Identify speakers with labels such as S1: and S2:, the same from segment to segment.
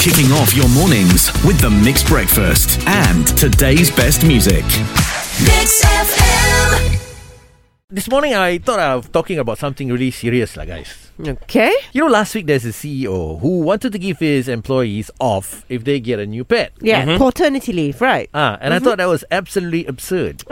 S1: Kicking off your mornings with the mixed breakfast and today's best music.
S2: Mix FM.
S3: This morning, I thought of talking about something really serious, lah, guys.
S4: Okay.
S3: You know, last week there's a CEO who wanted to give his employees off if they get a new pet.
S4: Yeah. Paternity leave, right?
S3: Ah, and I thought that was absolutely absurd.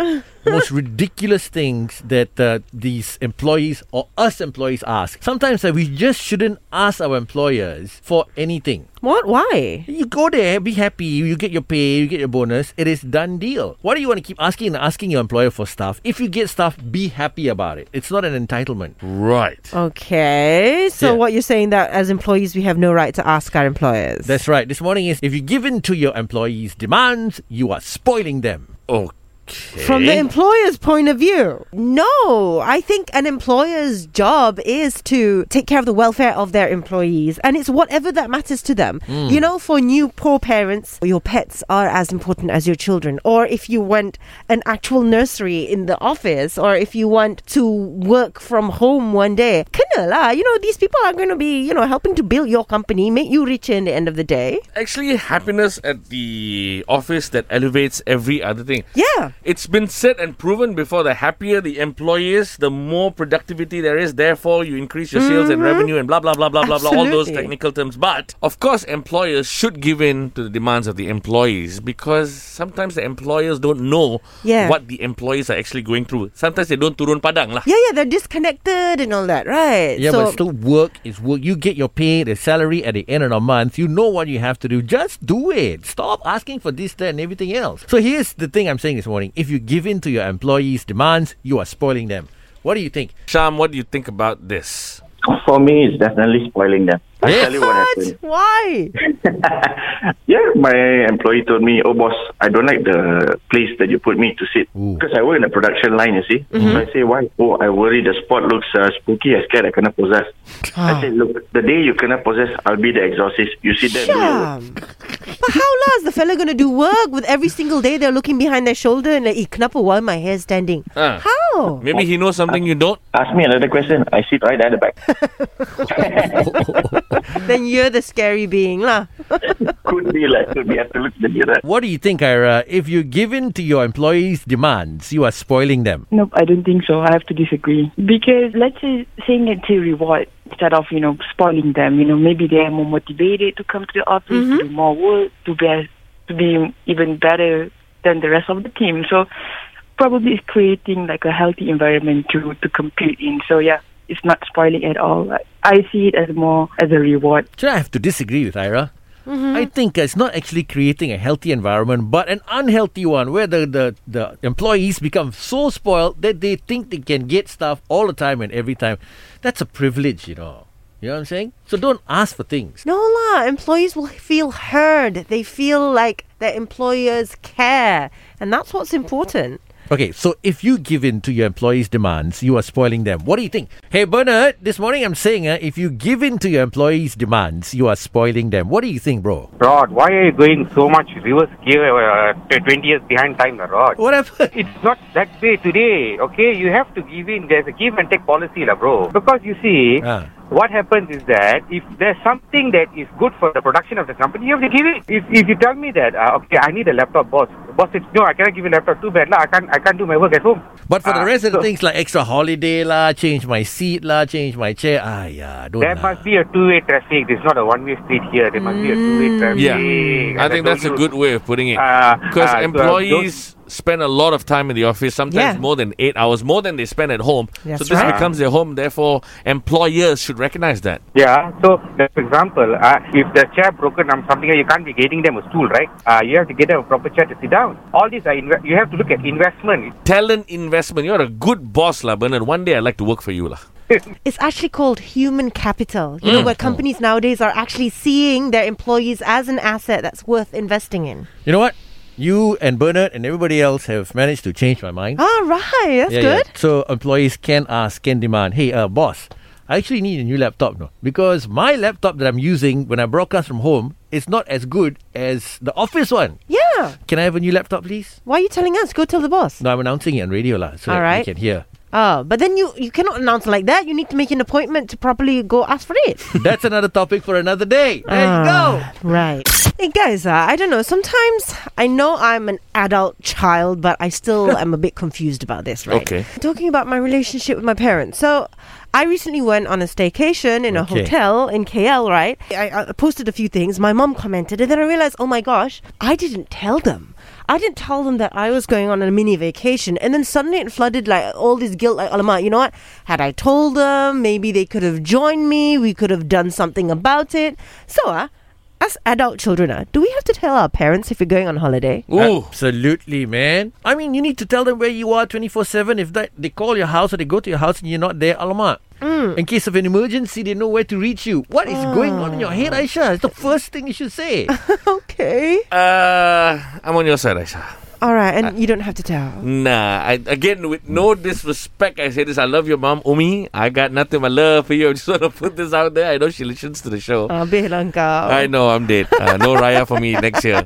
S3: Most ridiculous things that uh, these employees or us employees ask. Sometimes uh, we just shouldn't ask our employers for anything.
S4: What? Why?
S3: You go there, be happy, you get your pay, you get your bonus. It is done deal. Why do you want to keep asking and asking your employer for stuff? If you get stuff, be happy about it. It's not an entitlement.
S5: Right.
S4: Okay. So
S3: Yeah.
S4: what you're saying that as employees we have no right to ask our employers.
S3: That's right. This morning is if you give in to your employees' demands, you are spoiling them.
S5: Oh, Okay.
S4: From
S3: Eh?
S4: the employer's point of view. No, I think an employer's job is to take care of the welfare of their employees and it's whatever that matters to them.
S3: Hmm.
S4: You know, for new poor parents, your pets are as important as your children. Or if you want an actual nursery in the office or if you want to work from home one day, kena lah. You know, these people are going to be, you know, helping to build your company, make you richer in the end of the day.
S5: Actually, happiness at the office that elevates every other thing.
S4: Yeah.
S5: It's been said and proven before the happier the employee is, the more productivity there is. Therefore, you increase your sales and revenue and blah, blah, blah, blah, blah, blah, all those
S4: Mm-hmm. Absolutely.
S5: technical terms. But, of course, employers should give in to the demands of the employees because sometimes the employers don't know
S4: Yeah.
S5: what the employees are actually going through. Sometimes they don't turun padang lah.
S4: Yeah, yeah, they're disconnected and all that, right?
S3: Yeah,
S4: So-
S3: but still, work is work. You get your pay, the salary at the end of the month. You know what you have to do. Just do it. Stop asking for this, that, and everything else. So here's the thing I'm saying this morning: if you give in to your employees' demands, you are spoiling them. What do you think?
S5: Sham, what do you think about this?
S6: For me, it's definitely spoiling them. I'll
S3: Yeah.
S6: tell you what
S4: What?
S6: happened.
S4: Why?
S6: Yeah, my employee told me, oh, boss, I don't like the place that you put me to sit. Because I work in the production line, you see. So I say, why? Oh, I worry the spot looks uh, spooky. I scared I cannot possess. I said, look, the day you cannot possess, I'll be the exorcist. You sit there. and do your work."
S4: Sham. but how lah is the fella gonna do work with every single day they're looking behind their shoulder and like, "Eh, kenapa while my hair's standing?
S5: Ah.
S4: How?
S5: Maybe he knows something you don't?
S6: Ask me another question. I sit right at the back.
S4: then you're the scary being lah.
S6: could be like, could be. I have to look at the mirror.
S3: What do you think, Ira? If you give in to your employees' demands, you are spoiling them.
S7: Nope, I don't think so. I have to disagree. Because let's say saying it's a reward instead of, you know, spoiling them, you know, maybe they are more motivated to come to the office, to do more work, to be to be even better than the rest of the team. So probably it's creating like a healthy environment to, to compete in. So yeah, it's not spoiling at all. I- I see it as more as a reward.
S3: Should I have to disagree with Ira? I think it's not actually creating a healthy environment, but an unhealthy one where the, the, the employees become so spoiled that they think they can get stuff all the time and every time. That's a privilege, you know. You know what I'm saying? So don't ask for things.
S4: No lah, employees will feel heard. They feel like their employers care. And that's what's important.
S3: Okay, so if you give in to your employees' demands, you are spoiling them. What do you think? Hey, Bernard, this morning I'm saying uh, if you give in to your employees' demands, you are spoiling them. What do you think, bro?
S8: Rod, why are you going so much reverse gear uh, t- 20 years behind time, lah, Rod?
S3: What happened?
S8: It's not that way today, okay? You have to give in. There's a give and take policy, lah, bro. Because you see,
S3: Ah.
S8: what happens is that if there's something that is good for the production of the company, you have to give it. If, if you tell me that, uh, okay, I need a laptop, boss. Boss, it's, no, I cannot give you a laptop. Too bad, lah. I can't, I can't do my work at home.
S3: But for the
S8: Ah,
S3: rest of the
S8: so-
S3: things like extra holiday la, change my seat la, change my chair. Ah, yeah, don't.
S8: There
S3: lah.
S8: must be a two-way traffic. There's not a one-way street here. There must be
S3: Mm.
S8: a two-way traffic.
S5: Yeah.
S8: Mm, And
S5: I think
S8: don't
S5: that's a
S8: you-
S5: good way of putting it.
S8: Uh,
S5: Because
S8: uh, so don't-
S5: employees spend a lot of time in the office, sometimes
S4: Yeah.
S5: more than eight hours, more than they spend at home.
S4: That's
S5: so this
S4: right.
S5: becomes their home. Therefore, employers should recognize that.
S8: Yeah, so like, for example, uh, if the chair broken or something, you can't be getting them a stool, right? Uh, you have to get them a proper chair to sit down. All these are inve- you have to look at investment.
S5: Talent investment. You're a good boss, lah, Bernard. One day I'd like to work for you, lah.
S4: It's actually called human capital. You know, where companies nowadays are actually seeing their employees as an asset that's worth investing in.
S3: You know what? You and Bernard and everybody else have managed to change my mind.
S4: All Ah, right, Oh, that's
S3: Yeah, yeah.
S4: good.
S3: So employees can ask, can demand. Hey, uh, boss, I actually need a new laptop now because my laptop that I'm using when I broadcast from home is not as good as the office one.
S4: Yeah.
S3: Can I have a new laptop, please?
S4: Why are you telling us? Go tell the boss.
S3: No, I'm announcing it on radio lah, so
S4: All
S3: that
S4: right.
S3: you can hear.
S4: Oh, but then you you cannot announce like that. You need to make an appointment to properly go ask for it.
S3: That's another topic for another day. There you go.
S4: Ah, Right. Hey guys, uh, I don't know. Sometimes I know I'm an adult child, but I still am a bit confused about this, right?
S5: Okay.
S4: Talking about my relationship with my parents. So I recently went on a staycation in a
S3: Okay.
S4: hotel in KL, right? I, I posted a few things. My mom commented, and then I realized, oh my gosh, I didn't tell them. I didn't tell them that I was going on a mini vacation, and then suddenly it flooded like all this guilt. Like, alamak, you know what? Had I told them, maybe they could have joined me. We could have done something about it. So, uh, as adult children, uh, do we have to tell our parents if we're going on holiday?
S5: Ooh.
S3: Absolutely, man. I mean, you need to tell them where you are 24 7. If that, they call your house or they go to your house and you're not there, alamak.
S4: Mm.
S3: In case of an emergency, they know where to reach you. What is going on in your head,
S4: Mm.
S3: Aisha? It's the first thing you should say.
S4: Okay.
S5: Uh, I'm on your side, Aisha.
S4: All right, and you don't have to tell.
S5: Nah, I, again, with no disrespect, I say this. I love your mom, Umi. I got nothing but love for you. I just want to put this out there. I know she listens to the show.
S4: Ah, bilang kau.
S5: I know, I'm dead. Uh, no Raya for me next year.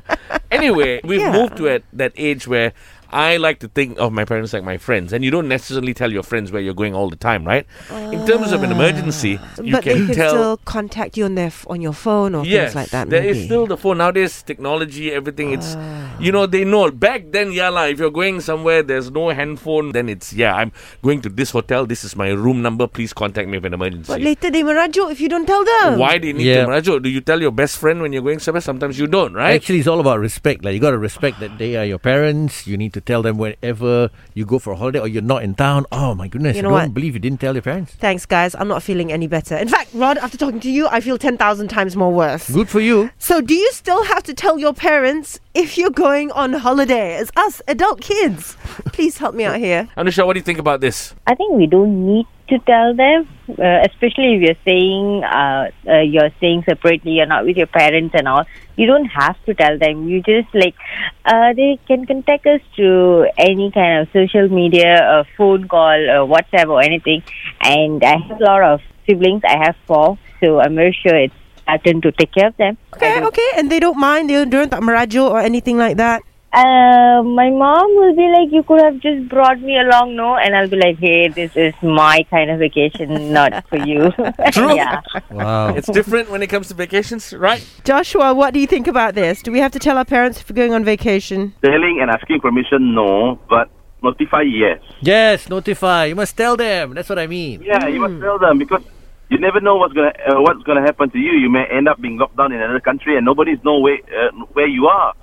S5: Anyway, we've
S4: Yeah.
S5: moved to at that age where I like to think of my parents like my friends. And you don't necessarily tell your friends where you're going all the time, right? In terms of an emergency, you
S4: Ah. but
S5: can
S4: they can
S5: tell.
S4: still contact you on their f- on your phone or
S5: Yes,
S4: things like that.
S5: there
S4: maybe.
S5: is
S4: Ah.
S5: still the phone nowadays. Technology, everything. It's you know they know. Back then, yeah lah. If you're going somewhere, there's no handphone. Then it's yeah. I'm going to this hotel. This is my room number. Please contact me if an emergency.
S4: But later they merajuk if you don't tell them.
S5: Why do you need
S3: Yeah.
S5: to Rajo? Do you tell your best friend when you're going somewhere? Sometimes you don't, right?
S3: Actually, it's all about respect. Like you got to respect that they are your parents. You need to tell them whenever you go for a holiday or you're not in town. Oh my goodness!
S4: You know
S3: I don't
S4: what?
S3: believe you didn't tell your parents.
S4: Thanks, guys. I'm not feeling any better. In fact, Rod, after talking to you, I feel 10,000 times more worse.
S3: Good for you.
S4: So, do you still have to tell your parents if you're going on holiday? As us adult kids, please help me out here.
S5: Anusha, what do you think about this?
S9: I think we don't need to tell them, uh, especially if you're staying, uh, uh, you're staying separately, you're not with your parents and all. You don't have to tell them. You just like uh, they can contact us through any kind of social media, a phone call, uh WhatsApp, or anything. And I have a lot of siblings. I have four, so I'm very sure it's our turn to take care of them. I
S4: Okay,
S9: don't-
S4: okay. And they don't mind, they don't tak merajuk or anything like that.
S9: uh, my mom will be like, "You could have just brought me along, no?" And I'll be like, "Hey, this is my kind of vacation, not for you."
S5: True.
S9: yeah.
S3: Wow.
S5: It's different when it comes to vacations, right?
S4: Joshua, what do you think about this? Do we have to tell our parents if we're going on vacation?
S6: Telling and asking permission, no, but notify, yes.
S3: yes, notify. You must tell them. That's what I mean.
S6: Yeah, you must tell them because you never know what's gonna uh, what's gonna happen to you. You may end up being locked down in another country, and nobody's know where uh, where you are.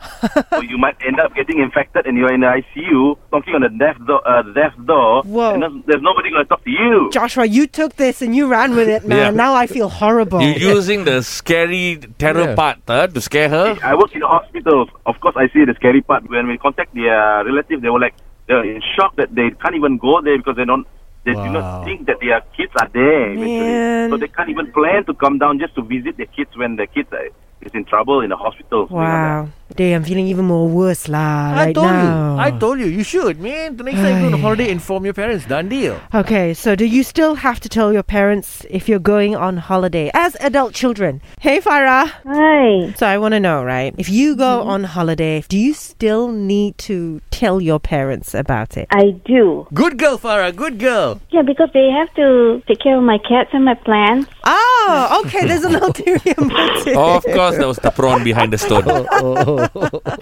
S6: so you might end up getting infected, and you're in the ICU, knocking on the death door. Uh, the death door
S4: Whoa.
S6: And there's, there's nobody gonna talk to you.
S4: Joshua, you took this and you ran with it, man.
S5: Yeah.
S4: Now I feel horrible.
S5: You're using the scary terror
S3: Yeah.
S5: part huh, to scare her.
S6: I work in the hospitals. Of course, I see the scary part when we contact their uh, relative. They were like they're in shock that they can't even go there because they don't. They do
S3: Wow.
S6: not think that their kids are there. eventually.
S4: Man.
S6: So they can't even plan to come down just to visit their kids when their kids are, is in trouble in the hospital. something like that.
S4: Wow. Damn, I'm feeling even more worse lah.
S3: I
S4: right
S3: told
S4: now.
S3: you. I told you. You should, man. The next time you go on
S4: Aye.
S3: holiday, inform your parents. Done deal.
S4: Okay, so do you still have to tell your parents if you're going on holiday as adult children? Hey, Farah.
S9: Hi.
S4: So I want to know, right? If you go on holiday, do you still need to tell your parents about it?
S10: I do.
S3: Good girl, Farah. Good girl.
S10: Yeah, because they have to take care of my cats and my plants.
S4: Oh, okay. There's an ulterior motive.
S3: Oh,
S5: of course, that was the prawn behind the stone.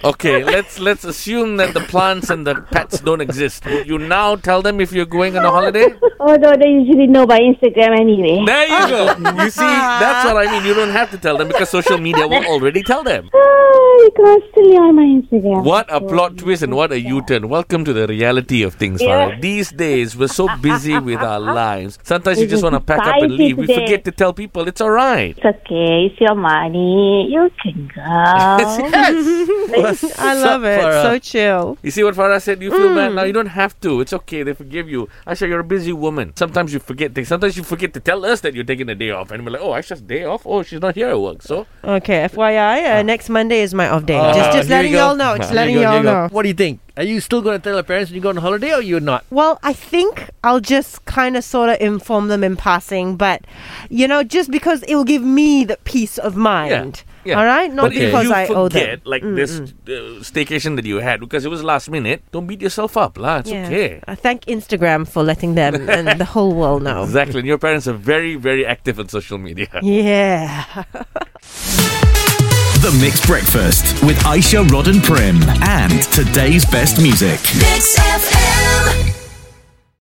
S5: okay, let's let's assume that the plants and the pets don't exist. Would you now tell them if you're going on a holiday?
S10: Although they usually know by Instagram anyway.
S5: There you go. You see, that's what I mean. You don't have to tell them because social media will already tell them.
S10: Ah, they're constantly on my Instagram.
S5: What a plot twist and what a U-turn. Welcome to the reality of things, Farah. These days, we're so busy with our lives. Sometimes you just want to pack up and leave. We forget to tell people it's all right.
S10: It's okay. It's your money. You can
S4: Oh.
S10: go.
S4: I love it.
S3: Farah.
S4: So chill.
S5: You see what Farah said? You feel
S4: Mm.
S5: bad now. You don't have to. It's okay. They forgive you. Aisha, you're a busy woman. Sometimes you forget things. Sometimes you forget to tell us that you're taking a day off. And we're like, oh, Aisha's day off? Oh, she's not here at work. So,
S4: Okay, FYI, uh, next Monday is my off day.
S3: Ah,
S4: just just
S3: here
S4: letting
S3: you
S4: you
S3: go.
S4: all know. Just
S3: Here
S4: letting
S3: you
S4: you
S3: go, here
S4: all
S3: you go.
S4: know.
S3: What do you think? Are you still going to tell your parents when you go on holiday or you're not?
S4: Well, I think I'll just kind of sort of inform them in passing, but you know, just because it will give me the peace of mind. All right, not
S5: but if
S4: because
S5: you
S4: I owe them. Mm,
S5: forget, like this uh, staycation that you had because it was last minute, don't beat yourself up, lah. It's
S4: Yeah.
S5: okay.
S4: I thank Instagram for letting them and the whole world know.
S5: Exactly. And your parents are very, very active on social media.
S4: Yeah.
S1: The Mixed Breakfast with Aisha Rod and Prim and today's best music.
S2: Mix FM.